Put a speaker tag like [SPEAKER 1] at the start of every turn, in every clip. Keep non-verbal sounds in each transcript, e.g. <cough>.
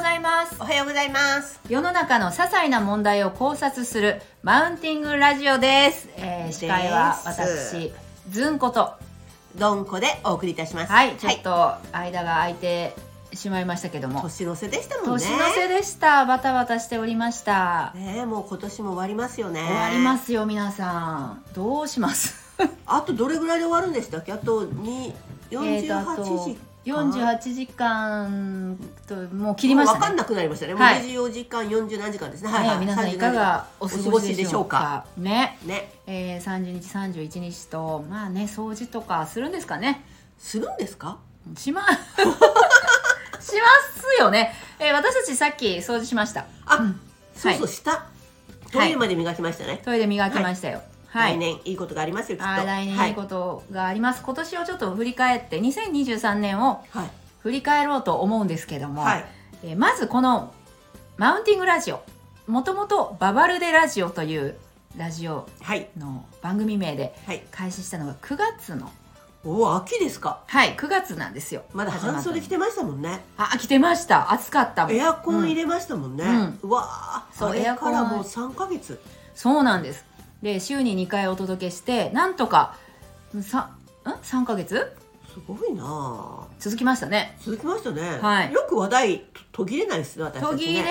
[SPEAKER 1] はようございます。
[SPEAKER 2] 世の中の些細な問題を考察するマウンティングラジオです、えー司会は私ずんこと
[SPEAKER 1] どんこでお送りいたします。
[SPEAKER 2] はいちょっと間が空いてしまいましたけども、
[SPEAKER 1] 年の瀬でしたもんね。
[SPEAKER 2] 年の瀬でしたバタバタしておりました、
[SPEAKER 1] ねえ、もう今年も終わりますよね。
[SPEAKER 2] 終わりま。すよ皆さんどうします
[SPEAKER 1] あとどれぐらいで終わるんでしたっけ？あとに四
[SPEAKER 2] え
[SPEAKER 1] 十
[SPEAKER 2] ーとあ
[SPEAKER 1] 八
[SPEAKER 2] と
[SPEAKER 1] 時。
[SPEAKER 2] 48時間ともう切りまし
[SPEAKER 1] もう分
[SPEAKER 2] た
[SPEAKER 1] かん
[SPEAKER 2] ね
[SPEAKER 1] なくなりましたね。もう
[SPEAKER 2] はい
[SPEAKER 1] 二十四時間四十何時間ですね。
[SPEAKER 2] ね皆さんいかがお過ごしでしょうかね、
[SPEAKER 1] 30ね。
[SPEAKER 2] えー、30日31日とまあね掃除とかするんですかね
[SPEAKER 1] するんですか？
[SPEAKER 2] し
[SPEAKER 1] <laughs>
[SPEAKER 2] ましますよね、えー私たちさっき掃除しました
[SPEAKER 1] あ、
[SPEAKER 2] うん
[SPEAKER 1] そうそう、
[SPEAKER 2] はい
[SPEAKER 1] した。トイレまで磨きましたね。
[SPEAKER 2] トイレ磨きましたよはい、
[SPEAKER 1] 来年いいことがありますよ。きっと。
[SPEAKER 2] あー来年いいことがあります、今年をちょっと振り返って2023年を
[SPEAKER 1] はい。はい。
[SPEAKER 2] 振り返ろうと思うんですけども、
[SPEAKER 1] はい
[SPEAKER 2] えーまずこのマウンティングラジオもともとババルデラジオというラジオ
[SPEAKER 1] はい。
[SPEAKER 2] の番組名で
[SPEAKER 1] はい。
[SPEAKER 2] 開始したのが9月の
[SPEAKER 1] おお、秋ですか。
[SPEAKER 2] はい9月なんですよ
[SPEAKER 1] まだ
[SPEAKER 2] 始まった
[SPEAKER 1] 半
[SPEAKER 2] の
[SPEAKER 1] 袖着てましたもんね。
[SPEAKER 2] あ着てました暑かったもん
[SPEAKER 1] エアコン入れましたもんね。
[SPEAKER 2] うん
[SPEAKER 1] うわあ、
[SPEAKER 2] そう
[SPEAKER 1] あれ
[SPEAKER 2] エア
[SPEAKER 1] か
[SPEAKER 2] コンは
[SPEAKER 1] らもう三ヶ月。
[SPEAKER 2] そうなんです。で週に2回お届けしてなんとかさん3ヶ月
[SPEAKER 1] すごいなあ。
[SPEAKER 2] 続きましたね。
[SPEAKER 1] 続きましたね。
[SPEAKER 2] はい
[SPEAKER 1] よく話題と途切れないですね、私たち
[SPEAKER 2] 途
[SPEAKER 1] ね。
[SPEAKER 2] 切れ、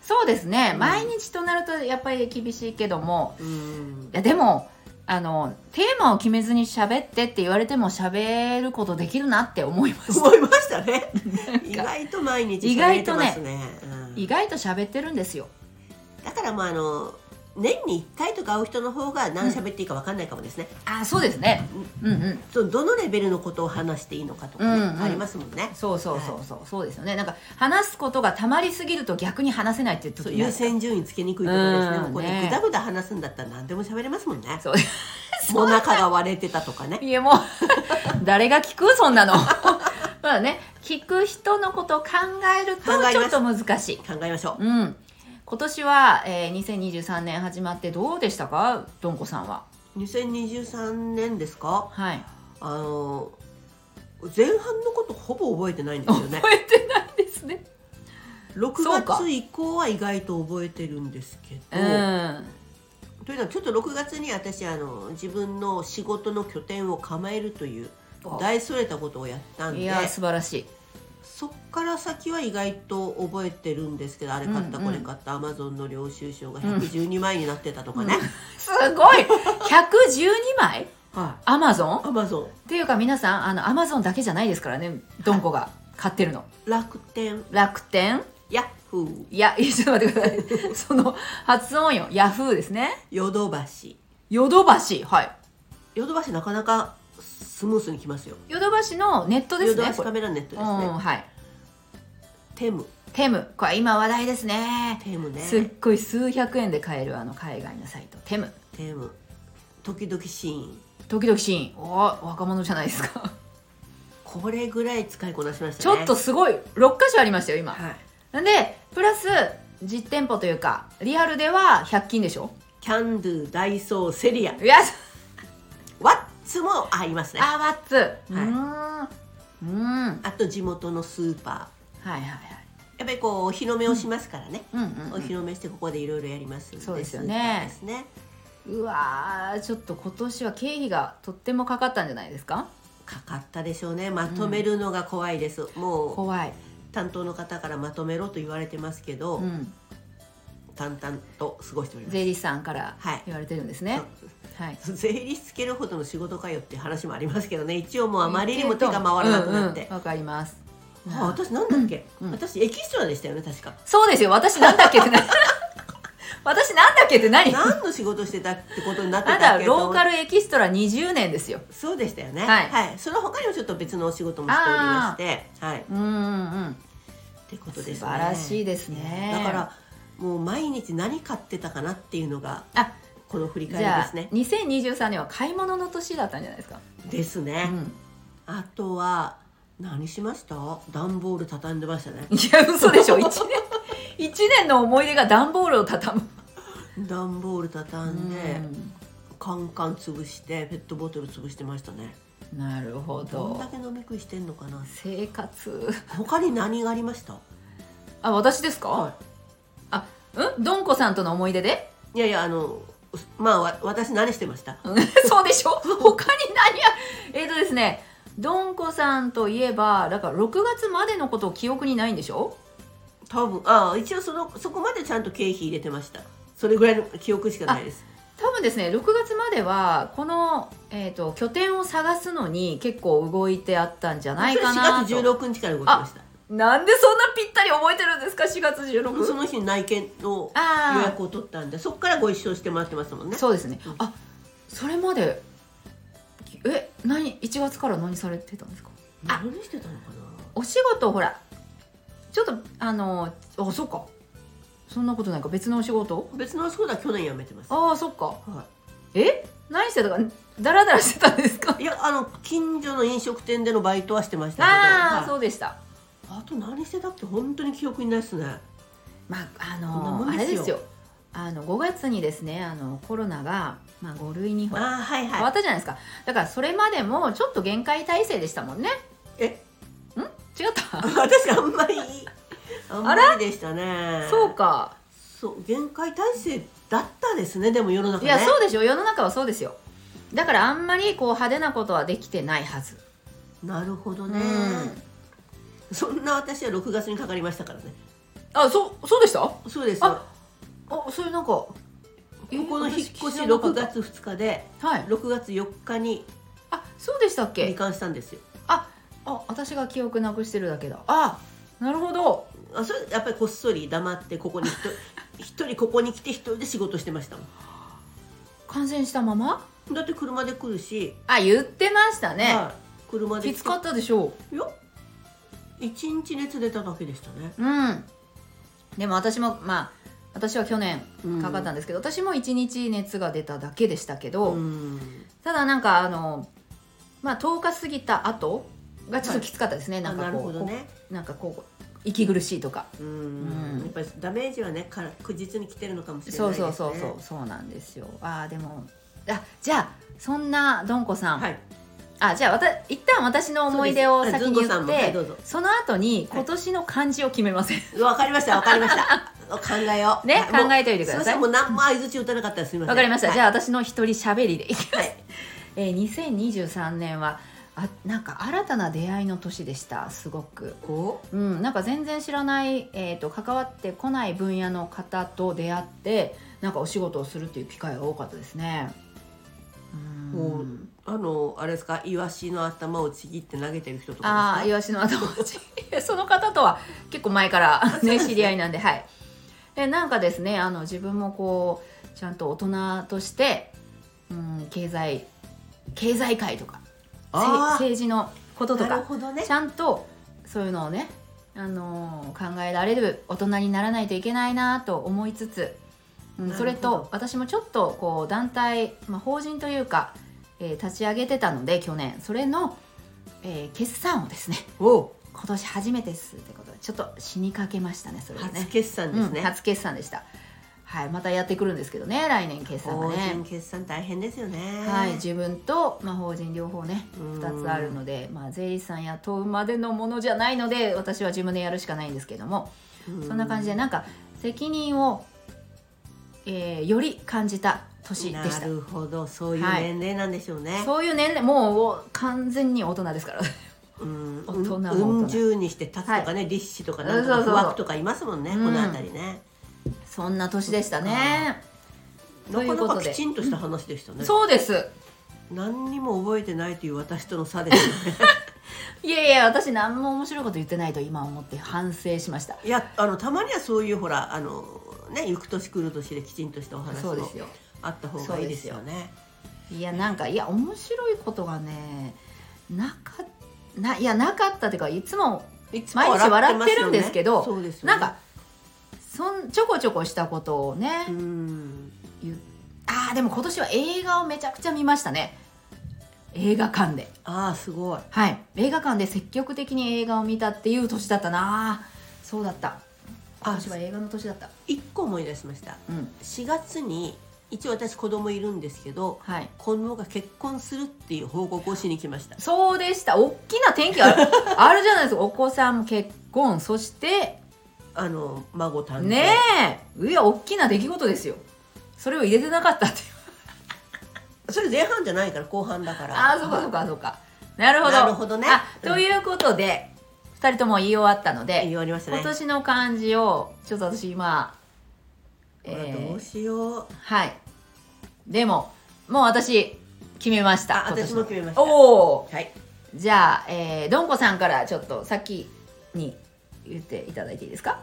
[SPEAKER 2] そうですね、
[SPEAKER 1] うん
[SPEAKER 2] 毎日となるとやっぱり厳しいけども
[SPEAKER 1] うん
[SPEAKER 2] い。やでもあのテーマを決めずに喋ってって言われても喋ることできるなって思いました。
[SPEAKER 1] 思いましたね。意外と毎日喋れてますね。うん
[SPEAKER 2] 意外と喋ってるんですよ。
[SPEAKER 1] だからもうあの年に一回とか会う人の方が何喋っていいかわかんないかもですね。
[SPEAKER 2] あそうですね。うんうん。
[SPEAKER 1] そのどのレベルのことを話していいのかとかね、
[SPEAKER 2] うんうん
[SPEAKER 1] ありますもんね。
[SPEAKER 2] そうそうそうそう、そうですよね。なんか話すことがたまりすぎると逆に話せないっていう
[SPEAKER 1] そう
[SPEAKER 2] 時
[SPEAKER 1] 優
[SPEAKER 2] が
[SPEAKER 1] 先順位つけにくいところですね。
[SPEAKER 2] うん
[SPEAKER 1] もうこれ
[SPEAKER 2] ね
[SPEAKER 1] ぐだぐだ話すんだったら何でも喋れますもんね。
[SPEAKER 2] <laughs> そう
[SPEAKER 1] もう中が割れてたとかね。
[SPEAKER 2] いやもう誰が聞くそんなの <laughs> まあね聞く人のことを考える
[SPEAKER 1] 考えま
[SPEAKER 2] と
[SPEAKER 1] す
[SPEAKER 2] ちょっと難しい
[SPEAKER 1] 考えましょう。
[SPEAKER 2] うん今年は、えー2023年始まってどうでしたかどんこさんは
[SPEAKER 1] 2023年ですか
[SPEAKER 2] はい
[SPEAKER 1] あの前半のことほぼ覚えてないんで
[SPEAKER 2] <laughs>
[SPEAKER 1] すよね
[SPEAKER 2] 覚えてないですねそう
[SPEAKER 1] 6
[SPEAKER 2] か
[SPEAKER 1] 月以降は意外と覚えてるんですけ
[SPEAKER 2] う
[SPEAKER 1] ど、
[SPEAKER 2] ん
[SPEAKER 1] というのはちょっと6月に私あの自分の仕事の拠点を構えるという大それたことをやったん
[SPEAKER 2] い
[SPEAKER 1] で
[SPEAKER 2] や素晴らしい
[SPEAKER 1] そっから先は意外と覚えてるんですけどあれ買った
[SPEAKER 2] うん
[SPEAKER 1] こ
[SPEAKER 2] うん
[SPEAKER 1] れ買ったアマゾンの領収書が112枚になってたとかね、
[SPEAKER 2] すごい112枚
[SPEAKER 1] は
[SPEAKER 2] アマゾンっ
[SPEAKER 1] いアマゾン
[SPEAKER 2] ていうか皆さんあのアマゾンだけじゃないですからねどんこが買ってるの
[SPEAKER 1] 楽天
[SPEAKER 2] 楽天
[SPEAKER 1] ヤッフー
[SPEAKER 2] いや <laughs> いやちょっと待ってくださいその発音よヤフーですね
[SPEAKER 1] ヨドバシ
[SPEAKER 2] ヨドバシはい
[SPEAKER 1] ヨドバシなかなかスムースに来ますよ。
[SPEAKER 2] ヨドバシのネットで
[SPEAKER 1] ヨ
[SPEAKER 2] す
[SPEAKER 1] ド
[SPEAKER 2] ね
[SPEAKER 1] バシ
[SPEAKER 2] こ
[SPEAKER 1] カ
[SPEAKER 2] れ
[SPEAKER 1] メラネットです
[SPEAKER 2] うん
[SPEAKER 1] ね。
[SPEAKER 2] はい
[SPEAKER 1] テム、
[SPEAKER 2] テムこれ今話題ですね
[SPEAKER 1] テムね。
[SPEAKER 2] すっごい数百円で買えるあの海外のサイトテム
[SPEAKER 1] テム。時々シーン。
[SPEAKER 2] 時々シーンおー若者じゃないです
[SPEAKER 1] <laughs>
[SPEAKER 2] か
[SPEAKER 1] これぐらい使いこなしまし
[SPEAKER 2] ち
[SPEAKER 1] たね。
[SPEAKER 2] ょっとすごい6箇所ありましたよ今
[SPEAKER 1] はい。
[SPEAKER 2] なんでプラス実店舗というかリアルでは100均でしょ
[SPEAKER 1] キャンドゥ、ダイソー、セリア、
[SPEAKER 2] いや
[SPEAKER 1] ワッツもありますね。あ
[SPEAKER 2] あワッツうーんうーんはい
[SPEAKER 1] と地元のスーパ
[SPEAKER 2] はいはい
[SPEAKER 1] ー。やっぱりこうお披露目をしますからね。
[SPEAKER 2] うんうん
[SPEAKER 1] お
[SPEAKER 2] うん、
[SPEAKER 1] 披露目してここでいろいろやりますん
[SPEAKER 2] そうですよね
[SPEAKER 1] スーパーですね。
[SPEAKER 2] うわーちょっと今年は経費がとってもかかったんじゃないですか
[SPEAKER 1] かかったでしょうね。まとめるのが怖いです。もう
[SPEAKER 2] 怖い、
[SPEAKER 1] 担当の方からまとめろと言われてますけど、
[SPEAKER 2] うん、
[SPEAKER 1] 淡々と過ごしております。
[SPEAKER 2] 税理士さんから
[SPEAKER 1] はい
[SPEAKER 2] 言われてるんですね、
[SPEAKER 1] そう
[SPEAKER 2] はい、
[SPEAKER 1] <laughs> 税理つけるほどの仕事かよっていう話もありますけどね一応もうあまりにも手が回らなくなって
[SPEAKER 2] うんうん、わかります
[SPEAKER 1] あ私なんだっけ、
[SPEAKER 2] うん
[SPEAKER 1] 私エキストラでしたよね確か
[SPEAKER 2] そうですよ私なんだっけって何 <laughs> 私なんだっけって何あ
[SPEAKER 1] 何の仕事してたってことになって
[SPEAKER 2] な
[SPEAKER 1] た
[SPEAKER 2] た
[SPEAKER 1] っけ
[SPEAKER 2] ローカ
[SPEAKER 1] ル
[SPEAKER 2] ルエキストラ20年ですよ
[SPEAKER 1] そうでしたよね
[SPEAKER 2] はい
[SPEAKER 1] その他にもちょっと別のお仕事もしておりましてはい
[SPEAKER 2] うんうんうん
[SPEAKER 1] ってことですね
[SPEAKER 2] 素晴らしいですね
[SPEAKER 1] だからもう毎日何買ってたかなっていうのが
[SPEAKER 2] あ
[SPEAKER 1] この振り
[SPEAKER 2] じ
[SPEAKER 1] 返り
[SPEAKER 2] ゃ
[SPEAKER 1] で
[SPEAKER 2] あ
[SPEAKER 1] すね
[SPEAKER 2] 2023年は買い物の年だったんじゃないですか、
[SPEAKER 1] ですね
[SPEAKER 2] う、ん、
[SPEAKER 1] あとは何しました段ボール畳んでましたね
[SPEAKER 2] いや嘘でしょ1年一年の思い出が段ボールを畳む
[SPEAKER 1] 段ボール畳んで、
[SPEAKER 2] うん
[SPEAKER 1] カンカン潰してペットボトル潰してましたね
[SPEAKER 2] なるほ
[SPEAKER 1] どん
[SPEAKER 2] ど
[SPEAKER 1] だけ飲み食いしてんのかな
[SPEAKER 2] 生活
[SPEAKER 1] 他に何がありました
[SPEAKER 2] あ私ですか、
[SPEAKER 1] は
[SPEAKER 2] あうんどんこさんとの思い出で
[SPEAKER 1] いやいやあのまあわ私何してました
[SPEAKER 2] うん <laughs> そうでしょ他に何やえっ、とですねどんこさんといえばだから6月までのことを記憶にないんでしょ
[SPEAKER 1] 多分ああ一応そのそこまでちゃんと経費入れてましたそれぐらいの記憶しかないです
[SPEAKER 2] 多分ですね6月まではこの、えー、と拠点を探すのに結構動いてあったんじゃないかな
[SPEAKER 1] それ
[SPEAKER 2] と
[SPEAKER 1] 4月16日から動きました
[SPEAKER 2] なんでそんなぴったり覚えてるんですか4月
[SPEAKER 1] そ
[SPEAKER 2] 16
[SPEAKER 1] の日に内見の
[SPEAKER 2] あー
[SPEAKER 1] 予約を取ったんでそこからご一緒してもらってますもんね
[SPEAKER 2] そうですね
[SPEAKER 1] うん
[SPEAKER 2] あそれまでえ何1月から何されてたんですかあ
[SPEAKER 1] 何してたのか
[SPEAKER 2] お仕事ほらちょっとあのあそっかそんなことないか別のお仕事
[SPEAKER 1] な別の仕事は去年辞めてます
[SPEAKER 2] ああそっか
[SPEAKER 1] は
[SPEAKER 2] え何してたかダラダラしてたん
[SPEAKER 1] <laughs>
[SPEAKER 2] ですか
[SPEAKER 1] い、いやあの近所の飲食店でのバイトはしてましたけど
[SPEAKER 2] ああ
[SPEAKER 1] はい
[SPEAKER 2] そうでした
[SPEAKER 1] あと何してたって本当に記憶にないですね
[SPEAKER 2] まああ
[SPEAKER 1] こんなも
[SPEAKER 2] の
[SPEAKER 1] ん
[SPEAKER 2] あ
[SPEAKER 1] ですよ
[SPEAKER 2] れですよあの5月にですねあのコロナが、まあ、5類にほら
[SPEAKER 1] ああはい
[SPEAKER 2] 変わ
[SPEAKER 1] は
[SPEAKER 2] ったじゃないですか、だからそれまでもちょっと限界体制でしたもんね
[SPEAKER 1] いえ <laughs>
[SPEAKER 2] 違った
[SPEAKER 1] 私あんまりあんまりでしたね
[SPEAKER 2] そうか
[SPEAKER 1] そう限界体制だったですねでも世の中
[SPEAKER 2] い
[SPEAKER 1] ね
[SPEAKER 2] やそうでしょ世の中はそうですよだからあんまりこう派手なことはできてないはず
[SPEAKER 1] なるほど
[SPEAKER 2] う
[SPEAKER 1] ね、そんな私は6月にかかりましたからね
[SPEAKER 2] あそうそうでした
[SPEAKER 1] そうですよ
[SPEAKER 2] あそういうなんかこ
[SPEAKER 1] ここの引っ越し6月2日で
[SPEAKER 2] はい
[SPEAKER 1] 6月4日に
[SPEAKER 2] あそうでしたっ
[SPEAKER 1] 離
[SPEAKER 2] け
[SPEAKER 1] 婚したんですよ
[SPEAKER 2] あ私が記憶なくしてるだけだあなるほど
[SPEAKER 1] あそれやっぱりこっそり黙ってここに
[SPEAKER 2] <laughs>
[SPEAKER 1] 一人一人ここに来て一人で仕事してましたも
[SPEAKER 2] 感染したまま
[SPEAKER 1] んだって車で来るし、
[SPEAKER 2] あ言ってましたね、
[SPEAKER 1] はい車で来
[SPEAKER 2] き
[SPEAKER 1] て
[SPEAKER 2] つかったでしょ
[SPEAKER 1] いや一日熱出ただけでしたね
[SPEAKER 2] ううんでも私もまあ私は去年かかったんですけど、私も1日熱が出ただけでしたけど、
[SPEAKER 1] うん
[SPEAKER 2] ただなんかあのまあ10日過ぎた後がちょっときつかったですね、
[SPEAKER 1] あ
[SPEAKER 2] なんか
[SPEAKER 1] なる
[SPEAKER 2] こ
[SPEAKER 1] ほ
[SPEAKER 2] う
[SPEAKER 1] どね
[SPEAKER 2] こうなんかこう息苦しいとか
[SPEAKER 1] う
[SPEAKER 2] うん
[SPEAKER 1] んやっぱりダメージはねから確実に来てるのかもしれない
[SPEAKER 2] そう
[SPEAKER 1] ですね
[SPEAKER 2] そうそうそうそうなんですよああでもあじゃあそんなどんこさん、
[SPEAKER 1] はい
[SPEAKER 2] あじゃあわた一旦私の思い出を先に言
[SPEAKER 1] そう
[SPEAKER 2] っ
[SPEAKER 1] ですあずんこさんもはい
[SPEAKER 2] て
[SPEAKER 1] どうぞ
[SPEAKER 2] その後に今年の漢字を決めません
[SPEAKER 1] わかりましたわかりました
[SPEAKER 2] <laughs>
[SPEAKER 1] 考えよう
[SPEAKER 2] ね
[SPEAKER 1] はいもう
[SPEAKER 2] 考えておいてください
[SPEAKER 1] すいませんもう何も相槌打たなかったらすみません
[SPEAKER 2] わかりました、じゃあ
[SPEAKER 1] あ
[SPEAKER 2] 私の一人しゃべりでいきます、
[SPEAKER 1] はい
[SPEAKER 2] えー、2023年はあなんか新たな出会いの年でしたすごく
[SPEAKER 1] お
[SPEAKER 2] うん、なんか全然知らない、えー、と関わってこない分野の方と出会ってなんかお仕事をするっていう機会が多かったですね。う
[SPEAKER 1] もうんあのあれですかイワシの頭をちぎって投げてる人と
[SPEAKER 2] あ
[SPEAKER 1] か
[SPEAKER 2] あ
[SPEAKER 1] で
[SPEAKER 2] イワシの後持ち <laughs> その方とは結構前から、ね、知り合いなんではいでなんかですねあの自分もこうちゃんと大人として、うん、経済経済界とか
[SPEAKER 1] すか
[SPEAKER 2] せ
[SPEAKER 1] あ
[SPEAKER 2] 政治のこと
[SPEAKER 1] あ
[SPEAKER 2] と
[SPEAKER 1] な
[SPEAKER 2] か
[SPEAKER 1] るほどね
[SPEAKER 2] ちゃんとそういうのをね、あのー考えられる大人にならないといけないなと思いつつ、うん、
[SPEAKER 1] なる
[SPEAKER 2] そ
[SPEAKER 1] ほど
[SPEAKER 2] れと私もちょっとこう団体、まあ、法人というか、えー立ち上げてたので去年それの、えー決算をですね
[SPEAKER 1] お
[SPEAKER 2] 今年初めてですってことでちょっと死にかけましたねそれで
[SPEAKER 1] 初
[SPEAKER 2] ね
[SPEAKER 1] 決算ですね、
[SPEAKER 2] うん、初決算でしたはいまたやってくるんですけどね来年決算が
[SPEAKER 1] 法
[SPEAKER 2] ね
[SPEAKER 1] 人決算大変ですよね
[SPEAKER 2] はい、自分と、まあ、法人両方ね
[SPEAKER 1] うん
[SPEAKER 2] 2つあるので、まあ、税理士さん雇うまでのものじゃないので私は自分でやるしかないんですけどもそんな感じでなんか責任を、えーより感じた年でし
[SPEAKER 1] なるほどそういう
[SPEAKER 2] はい
[SPEAKER 1] 年齢なんでしょうね、
[SPEAKER 2] たそういう年齢もう完全に大人ですから
[SPEAKER 1] うん
[SPEAKER 2] 大人も大人
[SPEAKER 1] うん十にして立つとかね、立志とかなんと
[SPEAKER 2] そうそ
[SPEAKER 1] か
[SPEAKER 2] うそう
[SPEAKER 1] 不惑とかいますもんね、
[SPEAKER 2] うん
[SPEAKER 1] この辺りね
[SPEAKER 2] そんな年でしたねと
[SPEAKER 1] ないか
[SPEAKER 2] うこ
[SPEAKER 1] な
[SPEAKER 2] と
[SPEAKER 1] か
[SPEAKER 2] で
[SPEAKER 1] きちんとした話でしたね、
[SPEAKER 2] そうです
[SPEAKER 1] 何にも覚えてないという私との差で
[SPEAKER 2] <laughs>
[SPEAKER 1] すよね
[SPEAKER 2] いやいや私何も面白いこと言ってないと今思って反省しました
[SPEAKER 1] いやあのたまにはそういうほらあのね行く年来る年できちんとしたお話
[SPEAKER 2] そうで
[SPEAKER 1] も
[SPEAKER 2] すよ
[SPEAKER 1] あった方がいいですよね
[SPEAKER 2] いやなんかいや面白いことがねなかないやなかったっていうかいつも
[SPEAKER 1] いつ
[SPEAKER 2] 毎日笑ってるんですけど
[SPEAKER 1] そうですよね
[SPEAKER 2] なんかそんちょこちょこしたことをね、
[SPEAKER 1] うん
[SPEAKER 2] 言うあーでも今年は映画をめちゃくちゃ見ましたね映画館で
[SPEAKER 1] ああすごい
[SPEAKER 2] はい映画館で積極的に映画を見たっていう年だったなそうだった今
[SPEAKER 1] あ
[SPEAKER 2] 年は映画の年だった
[SPEAKER 1] 一個思い出しました
[SPEAKER 2] うん
[SPEAKER 1] 4月に一応私子供いるんですけど
[SPEAKER 2] はい
[SPEAKER 1] 子供が結婚するっていう報告をしに来ました
[SPEAKER 2] そう <laughs> でした大きな転機あるあるじゃないですかお子さんも結婚そして
[SPEAKER 1] あの孫誕生
[SPEAKER 2] ねえいや大きな出来事ですよそれを入れてなかったっていう
[SPEAKER 1] それ前半じゃないから後半だから
[SPEAKER 2] ああそうかそうかそうかなるほど
[SPEAKER 1] なるほどね
[SPEAKER 2] あ
[SPEAKER 1] うん
[SPEAKER 2] ということで、二2人とも言い終わったので
[SPEAKER 1] 言われましたね
[SPEAKER 2] 今年の漢字をちょっと私今、え
[SPEAKER 1] ほら
[SPEAKER 2] ー
[SPEAKER 1] どうしよう
[SPEAKER 2] はいでももう私決めました
[SPEAKER 1] あ私も
[SPEAKER 2] 今年の
[SPEAKER 1] 決めました
[SPEAKER 2] おお
[SPEAKER 1] はい
[SPEAKER 2] じゃあ、えー、どんこさんからちょっと先に言っていただいていいですか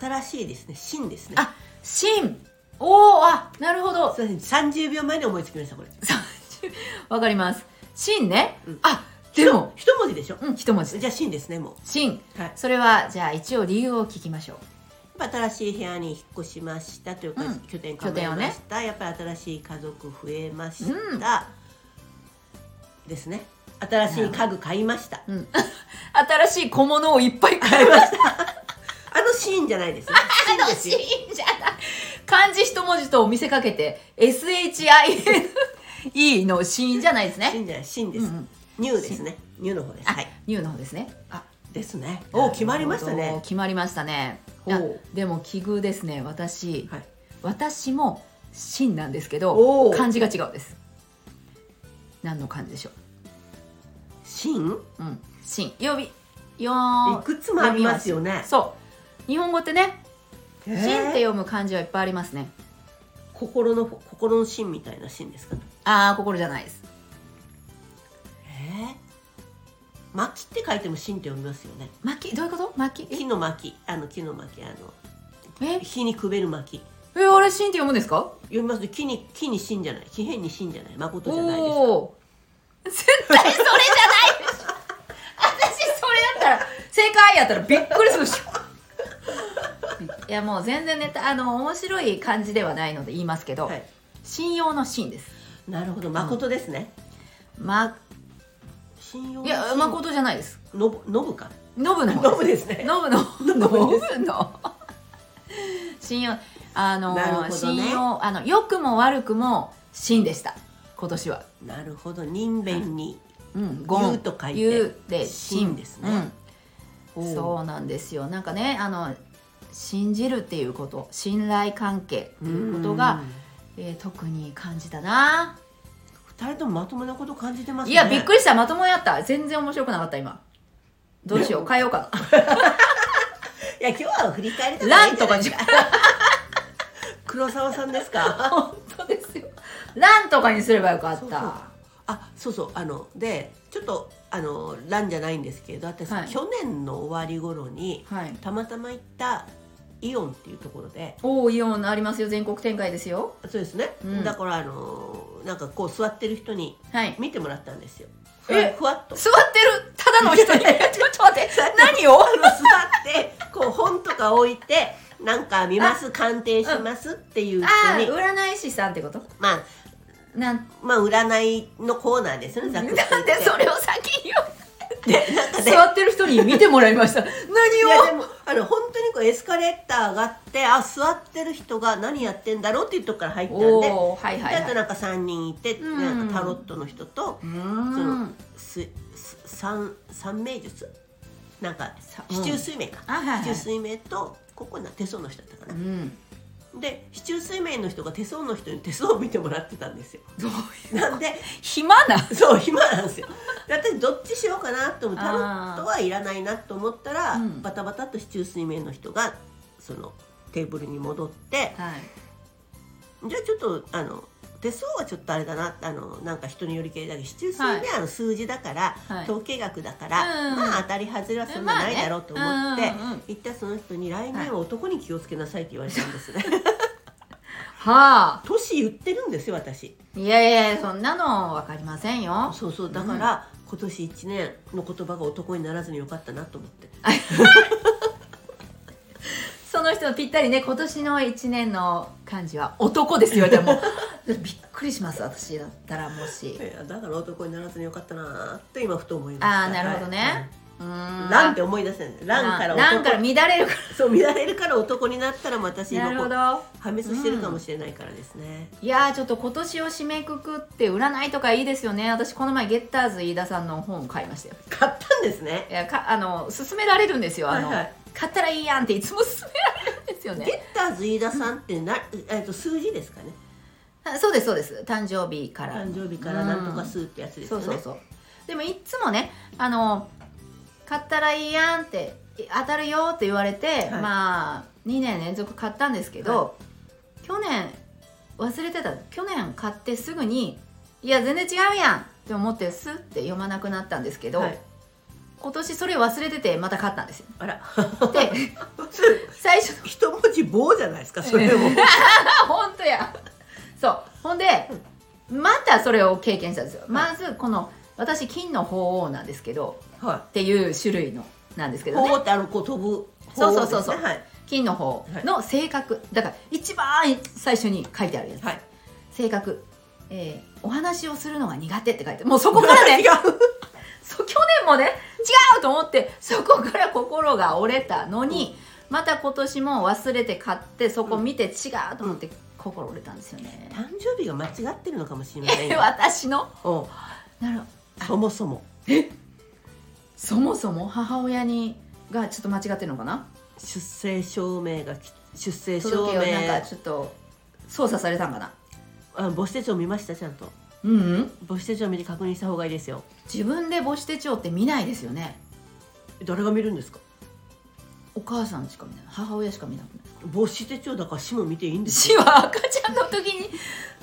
[SPEAKER 1] 新しいですね新ですね
[SPEAKER 2] あ新おおあなるほど
[SPEAKER 1] すいません30秒前に思いつきましたこれ
[SPEAKER 2] わかります新ね、
[SPEAKER 1] うん
[SPEAKER 2] あでも
[SPEAKER 1] 一文字でしょ
[SPEAKER 2] うん一文字
[SPEAKER 1] じゃあ新ですねも
[SPEAKER 2] 新
[SPEAKER 1] うはい
[SPEAKER 2] それはじゃあ一応理由を聞きましょう
[SPEAKER 1] やっぱ新しい部屋に引っ越しましたというか、
[SPEAKER 2] うん
[SPEAKER 1] 拠点構えました、やっぱり新しい家族増えました、ですね新しい家具買いました
[SPEAKER 2] うん新しい小物をいっぱい買い
[SPEAKER 1] <laughs>
[SPEAKER 2] ました
[SPEAKER 1] あのシーンじゃないですね
[SPEAKER 2] 楽しいんじゃない漢字一文字と見せかけて SHINE のシーンじゃないです
[SPEAKER 1] シ
[SPEAKER 2] ね
[SPEAKER 1] ーンじゃないシーンで
[SPEAKER 2] うん
[SPEAKER 1] す、
[SPEAKER 2] うん
[SPEAKER 1] ニューですねニューの方です
[SPEAKER 2] あ
[SPEAKER 1] はい
[SPEAKER 2] ニューの方ですねあ
[SPEAKER 1] ですねお決まりました
[SPEAKER 2] なるほど
[SPEAKER 1] ね
[SPEAKER 2] 決まりましたね
[SPEAKER 1] ほう
[SPEAKER 2] あでも奇遇ですね私、
[SPEAKER 1] はい
[SPEAKER 2] 私も真なんですけ
[SPEAKER 1] お
[SPEAKER 2] ど
[SPEAKER 1] ー
[SPEAKER 2] 漢字が違うです何の漢字でしょ
[SPEAKER 1] シーン
[SPEAKER 2] ううん真呼びよ
[SPEAKER 1] いくつもありますよね
[SPEAKER 2] そう日本語ってね
[SPEAKER 1] シ
[SPEAKER 2] 真って読む漢字はいっぱいありますね
[SPEAKER 1] 心の心の芯みたいな芯ですか
[SPEAKER 2] ああ心じゃないです
[SPEAKER 1] ええ薪って書いても芯って読みますよね
[SPEAKER 2] 巻きどういうこと巻き
[SPEAKER 1] 木の薪あの木の薪あの
[SPEAKER 2] え
[SPEAKER 1] 火にくべる薪
[SPEAKER 2] えあれ真って読むんですか
[SPEAKER 1] 読みますと木に木に芯じゃない木片に芯じゃない誠じゃないです
[SPEAKER 2] おおー絶対それじゃないでしょ私それだったら正解やったらびっくりす
[SPEAKER 1] <laughs>
[SPEAKER 2] るでしょいやもう全然ネタあの面白い感じではないので言いますけど、
[SPEAKER 1] はい
[SPEAKER 2] 信用の信です
[SPEAKER 1] なるほど誠ですね、
[SPEAKER 2] ま
[SPEAKER 1] 信用
[SPEAKER 2] いや
[SPEAKER 1] 信
[SPEAKER 2] 誠じゃないです
[SPEAKER 1] のぶ
[SPEAKER 2] <laughs>
[SPEAKER 1] のぶか
[SPEAKER 2] ノブの
[SPEAKER 1] の
[SPEAKER 2] 方
[SPEAKER 1] ぶですね
[SPEAKER 2] ノブのノブの信用あの、
[SPEAKER 1] なるほどね
[SPEAKER 2] 信用あの良くも悪くも信でした今年は
[SPEAKER 1] <laughs> なるほど人弁に
[SPEAKER 2] うんゴン
[SPEAKER 1] 言うと書いて
[SPEAKER 2] 言うで
[SPEAKER 1] 信ですね
[SPEAKER 2] うん
[SPEAKER 1] お
[SPEAKER 2] そううなんですよなんかねあの信じるっていうこと信頼関係っていうことが、えー特に感じたな、
[SPEAKER 1] 二人ともまともなこと感じてますね
[SPEAKER 2] いやびっくりしたまともやった全然面白くなかった今どうしよう変えようか
[SPEAKER 1] いや今日は振り返り
[SPEAKER 2] な
[SPEAKER 1] た
[SPEAKER 2] ランとかに
[SPEAKER 1] <laughs> に黒沢さんですか
[SPEAKER 2] 本当ですよランとかにすればよかった
[SPEAKER 1] そうそうあそうそうあのでちょっとあの欄じゃないんですけど私、
[SPEAKER 2] はい
[SPEAKER 1] 去年の終わり頃に
[SPEAKER 2] はい
[SPEAKER 1] たまたま行ったイオンっていうところで
[SPEAKER 2] おおイオンありますよ全国展開ですよ
[SPEAKER 1] そうですね、
[SPEAKER 2] うん
[SPEAKER 1] だからあのなんかこう座ってる人に
[SPEAKER 2] はい
[SPEAKER 1] 見てもらったんですよふわ
[SPEAKER 2] え
[SPEAKER 1] ふわっと。
[SPEAKER 2] <laughs> 座ってるただの人 <laughs> にちょっと待って何を
[SPEAKER 1] あの座ってこう本とか置いてなんか見ます鑑定しますっていう人
[SPEAKER 2] ああ
[SPEAKER 1] に
[SPEAKER 2] 占い師さんってこと
[SPEAKER 1] まあ
[SPEAKER 2] なん
[SPEAKER 1] まあ占いのコーナーですねざ
[SPEAKER 2] な
[SPEAKER 1] っ
[SPEAKER 2] ん
[SPEAKER 1] く
[SPEAKER 2] で
[SPEAKER 1] り言って
[SPEAKER 2] それを先に言う
[SPEAKER 1] でなんかね
[SPEAKER 2] 座ってる人に見てもらいました
[SPEAKER 1] いや
[SPEAKER 2] <laughs> 何
[SPEAKER 1] でもあの本当にこうエスカレーター上がってあ座ってる人が何やってんだろうっていうとこから入ったんで、
[SPEAKER 2] おおはい
[SPEAKER 1] で
[SPEAKER 2] はい
[SPEAKER 1] あ
[SPEAKER 2] は
[SPEAKER 1] と
[SPEAKER 2] い
[SPEAKER 1] なんか3人いて、
[SPEAKER 2] うん
[SPEAKER 1] なんかタロットの人と
[SPEAKER 2] うー
[SPEAKER 1] その
[SPEAKER 2] ん
[SPEAKER 1] すす三三名術なんか
[SPEAKER 2] さ
[SPEAKER 1] 四柱水明か、
[SPEAKER 2] あはいはい
[SPEAKER 1] 四柱水明とここな手相の人だった
[SPEAKER 2] う
[SPEAKER 1] かな、
[SPEAKER 2] ん
[SPEAKER 1] で四柱水明の人が手相の人に手相を見てもらってたんですよ
[SPEAKER 2] どういう
[SPEAKER 1] なんで
[SPEAKER 2] 暇な
[SPEAKER 1] <laughs> そう暇なんですよで私どっちしようかなと思ってタロ
[SPEAKER 2] あー
[SPEAKER 1] ットはいらないなと思ったら、
[SPEAKER 2] うん
[SPEAKER 1] バタバタっと市中水面の人がそのテーブルに戻って
[SPEAKER 2] はい
[SPEAKER 1] じゃあちょっとあの手相はちょっとあれだなあのなんか人によりけりだけど市中水面
[SPEAKER 2] はい
[SPEAKER 1] はあの数字だから、
[SPEAKER 2] はい
[SPEAKER 1] 統計学だから、
[SPEAKER 2] うん
[SPEAKER 1] まあ当たり外れはそんなないだろうと思って、
[SPEAKER 2] まあねうんうんうん
[SPEAKER 1] 行ったその人に来年は男に気をつけなさいって言われたんですね
[SPEAKER 2] はあ
[SPEAKER 1] <laughs> 年言ってるんですよ私
[SPEAKER 2] いやいやいやそんなの分かりませんよ
[SPEAKER 1] そうそうだから、今年1年の言葉が男にならずによかったなと思って
[SPEAKER 2] その人のぴったりね今年の1年の漢字は男ですよでも <laughs> びっくりします私だったらもし
[SPEAKER 1] いやだから男にならずによかったなーって今ふと思いました
[SPEAKER 2] ああなるほどね、うー
[SPEAKER 1] はい
[SPEAKER 2] ん
[SPEAKER 1] ランって思い出せ <laughs> ないランか
[SPEAKER 2] ラ
[SPEAKER 1] ら
[SPEAKER 2] ンから
[SPEAKER 1] 男
[SPEAKER 2] 乱れるか
[SPEAKER 1] そう見られるから男になったら私
[SPEAKER 2] らなる
[SPEAKER 1] の
[SPEAKER 2] ほ
[SPEAKER 1] こ
[SPEAKER 2] ど
[SPEAKER 1] 破滅してるかもしれないからですね、
[SPEAKER 2] いやーちょっと今年を締めくくって占いとかいいですよね私この前ゲッターズ飯田さんの本を買いましたよ
[SPEAKER 1] 買ったんですね
[SPEAKER 2] いやかあの勧められるんですよあの、
[SPEAKER 1] はいはい
[SPEAKER 2] 買ったらいいやんっていつも勧めらですよね
[SPEAKER 1] ゲッターズ飯田さんってな、えっと数字ですかね。
[SPEAKER 2] あそうですそうです誕生日から
[SPEAKER 1] 誕生日からなんとか数ってやつです
[SPEAKER 2] そ
[SPEAKER 1] よ
[SPEAKER 2] う
[SPEAKER 1] ね。
[SPEAKER 2] そうそうでもいっつもねあの買ったらいいやんって当たるよって言われて、
[SPEAKER 1] はい
[SPEAKER 2] まあ2年連続買ったんですけど、去年忘れてた去年買ってすぐに「いや全然違うやん!」って思ってスッて読まなくなったんですけど、
[SPEAKER 1] はい
[SPEAKER 2] 今年それ忘れててまた買ったんです
[SPEAKER 1] <laughs>
[SPEAKER 2] よ。
[SPEAKER 1] あら、
[SPEAKER 2] で最初の
[SPEAKER 1] <laughs> 一文字棒じゃないですか。それも。
[SPEAKER 2] あ <laughs> 本当やそうほんでまたそれを経験したんですよ。まずこの私金の鳳凰なんですけど
[SPEAKER 1] は
[SPEAKER 2] っていう種類のなんですけ
[SPEAKER 1] い。
[SPEAKER 2] どね
[SPEAKER 1] 棒ってあのこう飛ぶ。
[SPEAKER 2] そうそうそうそう
[SPEAKER 1] 棒ですねはい。
[SPEAKER 2] 金の方の性格、だから一番最初に書いてあるやつ、
[SPEAKER 1] はい
[SPEAKER 2] 性格、えーお話をするのが苦手って書いてもうそこからね
[SPEAKER 1] 違う。
[SPEAKER 2] <laughs> そう去年もね違うと思ってそこから心が折れたのに、また今年も忘れて買ってそこ見て違うと思って心折れたんですよね、
[SPEAKER 1] 誕生日が間違ってるのかもしれませんよ。
[SPEAKER 2] <laughs> 私の
[SPEAKER 1] うん
[SPEAKER 2] なるほど
[SPEAKER 1] そもそも。
[SPEAKER 2] そもそも母親にがちょっと間違ってるのかな
[SPEAKER 1] 出生証明がき出生証
[SPEAKER 2] 届けをなん
[SPEAKER 1] 明
[SPEAKER 2] かちょっと操作されたんかな
[SPEAKER 1] あ母子手帳見ましたちゃんと
[SPEAKER 2] うん、うん、
[SPEAKER 1] 母子手帳見て確認した方がいいですよ
[SPEAKER 2] 自分で母子手帳って見ないですよね
[SPEAKER 1] 誰が見るんですか
[SPEAKER 2] お母さんしか見ない母親しか見なく <laughs> ない
[SPEAKER 1] 母子手帳だから死も見ていいんです
[SPEAKER 2] 死は赤ちゃんの時に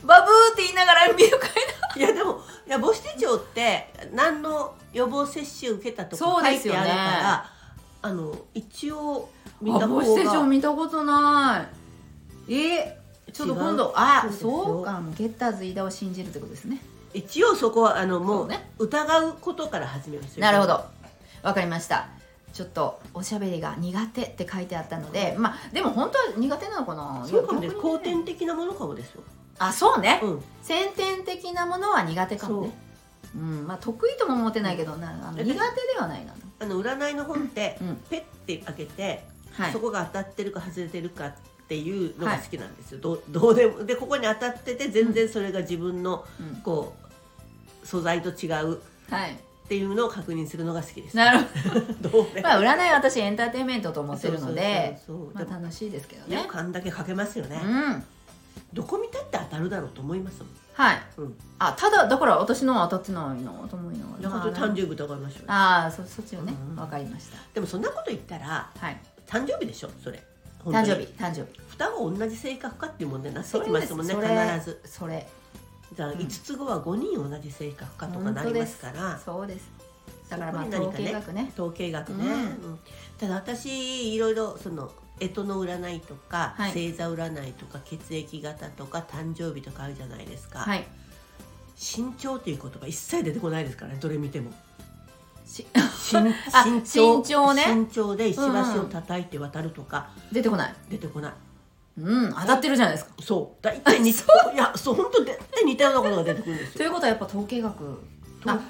[SPEAKER 2] バブーって言いながら見るかい <laughs>
[SPEAKER 1] いやでもいや母子手帳って何の予防接種受けたとか
[SPEAKER 2] そう
[SPEAKER 1] 書
[SPEAKER 2] で
[SPEAKER 1] い
[SPEAKER 2] す
[SPEAKER 1] て
[SPEAKER 2] よね
[SPEAKER 1] あるから、あの一応見
[SPEAKER 2] な
[SPEAKER 1] た方
[SPEAKER 2] 母子手帳
[SPEAKER 1] が
[SPEAKER 2] 見たことないえちょっと今度あ
[SPEAKER 1] そうですよ
[SPEAKER 2] そうかもうゲッターズ飯田を信じるってことですね
[SPEAKER 1] 一応そこはあのも
[SPEAKER 2] そう
[SPEAKER 1] う
[SPEAKER 2] ね
[SPEAKER 1] 疑うことから始めますよ
[SPEAKER 2] なるほどわかりましたちょっとおしゃべりが苦手って書いてあったのでまあでも本当は苦手なのかな
[SPEAKER 1] そうかもね
[SPEAKER 2] 逆に
[SPEAKER 1] 後天的なものかもですよ、
[SPEAKER 2] あそうね、
[SPEAKER 1] うん、
[SPEAKER 2] 先天的なものは苦手かも
[SPEAKER 1] そう
[SPEAKER 2] ねうんまあ得意とも思ってないけどなあの苦手ではないな
[SPEAKER 1] あの占いの本って、
[SPEAKER 2] うん
[SPEAKER 1] ペッて開けて
[SPEAKER 2] はい
[SPEAKER 1] そこが当たってるか外れてるかっていうのが好きなんですよ、どうどうでもでここに当たってて全然それが自分の
[SPEAKER 2] うん
[SPEAKER 1] こう素材と違うっ
[SPEAKER 2] はい
[SPEAKER 1] ていうのを確認するのが好きです
[SPEAKER 2] なる
[SPEAKER 1] <laughs>
[SPEAKER 2] ほ
[SPEAKER 1] どう
[SPEAKER 2] ど
[SPEAKER 1] でも
[SPEAKER 2] まあ占いは私エンターテインメントと思ってるので
[SPEAKER 1] そうそうそう
[SPEAKER 2] ま
[SPEAKER 1] そ
[SPEAKER 2] あ
[SPEAKER 1] うでも
[SPEAKER 2] 楽しいですけど
[SPEAKER 1] ね
[SPEAKER 2] ね
[SPEAKER 1] 勘だけかけますよね
[SPEAKER 2] う、ん
[SPEAKER 1] どこ見たって当たるだろうと思いますもん
[SPEAKER 2] はい、
[SPEAKER 1] うん
[SPEAKER 2] あただだから私のは当たってないなと思いながら
[SPEAKER 1] だから
[SPEAKER 2] まあ
[SPEAKER 1] 誕生日疑いましょうよ
[SPEAKER 2] ああそそっちをね
[SPEAKER 1] うん
[SPEAKER 2] わかりました
[SPEAKER 1] でもそんなこと言ったら
[SPEAKER 2] はい
[SPEAKER 1] 誕生日でしょそれ本当
[SPEAKER 2] 誕
[SPEAKER 1] に
[SPEAKER 2] 生日誕生日
[SPEAKER 1] 双子同じ性格かっていう問題になってきますもんね
[SPEAKER 2] それ
[SPEAKER 1] 必ず
[SPEAKER 2] それ
[SPEAKER 1] じゃあ
[SPEAKER 2] うん
[SPEAKER 1] 5つ後は5人同じ性格かとかなりますから
[SPEAKER 2] そうですだからまあ
[SPEAKER 1] そこに
[SPEAKER 2] 統
[SPEAKER 1] 何かね
[SPEAKER 2] 計学ね
[SPEAKER 1] 統計学ね、
[SPEAKER 2] う
[SPEAKER 1] うんただ私いろいろその干支の占いとか、
[SPEAKER 2] はい
[SPEAKER 1] 星座占いとか血液型とか誕生日とかあるじゃないですか、
[SPEAKER 2] はい
[SPEAKER 1] 身長という言葉一切出てこないですからねどれ見ても
[SPEAKER 2] し
[SPEAKER 1] 身
[SPEAKER 2] <laughs> あ身
[SPEAKER 1] 身
[SPEAKER 2] 長
[SPEAKER 1] 長
[SPEAKER 2] ね
[SPEAKER 1] 身長で石橋を叩いて渡るとか、
[SPEAKER 2] 出てこない
[SPEAKER 1] 出てこない
[SPEAKER 2] うん当たってるじゃないですか <laughs>
[SPEAKER 1] そう大体似いやそう本当大体似たようなことが出てくるんです
[SPEAKER 2] とい
[SPEAKER 1] よ
[SPEAKER 2] うことはやっぱ統計学
[SPEAKER 1] とだか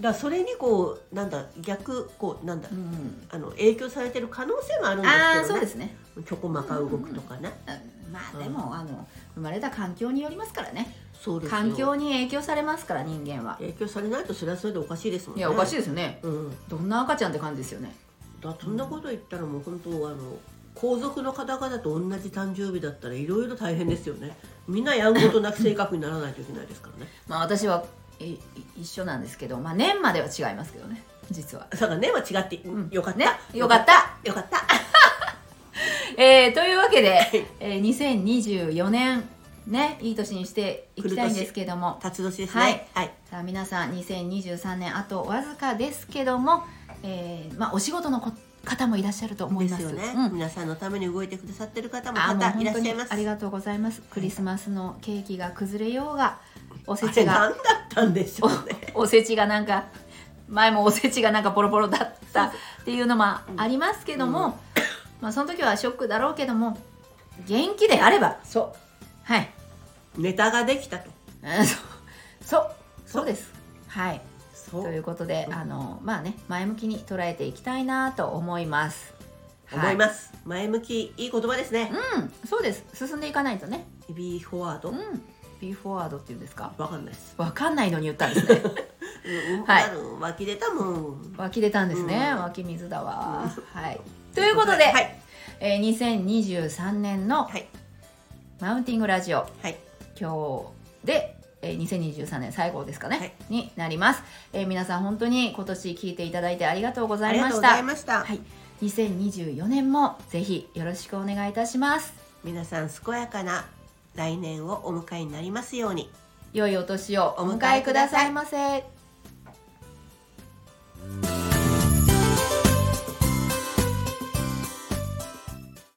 [SPEAKER 1] らそれにこうなんだ逆こうなんだ、
[SPEAKER 2] うん
[SPEAKER 1] あの影響されてる可能性もあるんです
[SPEAKER 2] ああ
[SPEAKER 1] けど
[SPEAKER 2] そう
[SPEAKER 1] ね
[SPEAKER 2] ですね
[SPEAKER 1] ちょこまか動くとかね、
[SPEAKER 2] うんまあ
[SPEAKER 1] うん
[SPEAKER 2] でもあの生まれた環境によりますからね
[SPEAKER 1] そうですよ
[SPEAKER 2] 環境に影響されますから人間は
[SPEAKER 1] 影響されないとそれはそれでおかしいですも
[SPEAKER 2] い
[SPEAKER 1] んね
[SPEAKER 2] やおかしい
[SPEAKER 1] い、
[SPEAKER 2] ですよね
[SPEAKER 1] うん、
[SPEAKER 2] どんな赤ちゃんって感じですよね
[SPEAKER 1] だそんなこと言ったらもう本当あの皇族の方々と同じ誕生日だったらいろいろ大変ですよねみんなやんごとなく性格にならないといけないですからね
[SPEAKER 2] まあ私はいい一緒なんですけどまあ年までは違いますけどね実は
[SPEAKER 1] だからねは違って
[SPEAKER 2] ん
[SPEAKER 1] よかった、
[SPEAKER 2] ねよかった
[SPEAKER 1] よかった
[SPEAKER 2] えーというわけで
[SPEAKER 1] い、
[SPEAKER 2] えー2024年ねいい年にしていきたいんですけども
[SPEAKER 1] 辰年ですねはい、
[SPEAKER 2] さあ皆さん2023年あとわずかですけども、えーまあ、お仕事のこ方もいらっしゃると思い
[SPEAKER 1] で
[SPEAKER 2] ます
[SPEAKER 1] すよね、
[SPEAKER 2] うん
[SPEAKER 1] 皆さんのために動いてくださってる方も
[SPEAKER 2] あー
[SPEAKER 1] 多
[SPEAKER 2] もう
[SPEAKER 1] 々いら
[SPEAKER 2] 本当
[SPEAKER 1] っし
[SPEAKER 2] に
[SPEAKER 1] ゃいます
[SPEAKER 2] あり
[SPEAKER 1] が
[SPEAKER 2] がとうございますクリスマスのケーキが崩れようがおせ
[SPEAKER 1] あ
[SPEAKER 2] ち
[SPEAKER 1] れ
[SPEAKER 2] が
[SPEAKER 1] 何だったんでしょうね
[SPEAKER 2] おせちがなんか前もおせちがなんかボロボロだったっていうのもありますけども、
[SPEAKER 1] うん
[SPEAKER 2] まあ、その時はショックだろうけども元気であれば
[SPEAKER 1] そ
[SPEAKER 2] はい、
[SPEAKER 1] うネタができたと
[SPEAKER 2] うんそうそうそうですはい
[SPEAKER 1] そ
[SPEAKER 2] ということで、
[SPEAKER 1] うん
[SPEAKER 2] あのまあね前向きに捉えていきたいなと思います。
[SPEAKER 1] 思います、前向きいい言葉ですね、
[SPEAKER 2] はい、うん、そうです。進んでいかないとね。
[SPEAKER 1] ビーフォワード
[SPEAKER 2] うん、ビーフォワードっていうんですか。
[SPEAKER 1] わかんないです <laughs>
[SPEAKER 2] わかんないのに言ったんですね。
[SPEAKER 1] うん
[SPEAKER 2] はい
[SPEAKER 1] あの湧き出たもん
[SPEAKER 2] 湧き出たんですね、
[SPEAKER 1] うん
[SPEAKER 2] 湧き水だわ、
[SPEAKER 1] う
[SPEAKER 2] はいということで、
[SPEAKER 1] はい
[SPEAKER 2] えー2023年の
[SPEAKER 1] はい
[SPEAKER 2] マウンティングラジオ
[SPEAKER 1] はい
[SPEAKER 2] 今日で、えー2023年最後ですかね、
[SPEAKER 1] はい
[SPEAKER 2] になります、えー皆さん本当に今年聞いていただいてありがとうござ
[SPEAKER 1] あ
[SPEAKER 2] い
[SPEAKER 1] りが
[SPEAKER 2] ま
[SPEAKER 1] と
[SPEAKER 2] し
[SPEAKER 1] うござい
[SPEAKER 2] た
[SPEAKER 1] ました
[SPEAKER 2] はい2024年もぜひよろしくお願いいたします
[SPEAKER 1] 皆さん健やかな来年をお迎えになりますように
[SPEAKER 2] 良いお年をお
[SPEAKER 1] お
[SPEAKER 2] 迎
[SPEAKER 1] 迎
[SPEAKER 2] え
[SPEAKER 1] え
[SPEAKER 2] く
[SPEAKER 1] く
[SPEAKER 2] だ
[SPEAKER 1] だ
[SPEAKER 2] さ
[SPEAKER 1] さ
[SPEAKER 2] い
[SPEAKER 1] い
[SPEAKER 2] ませ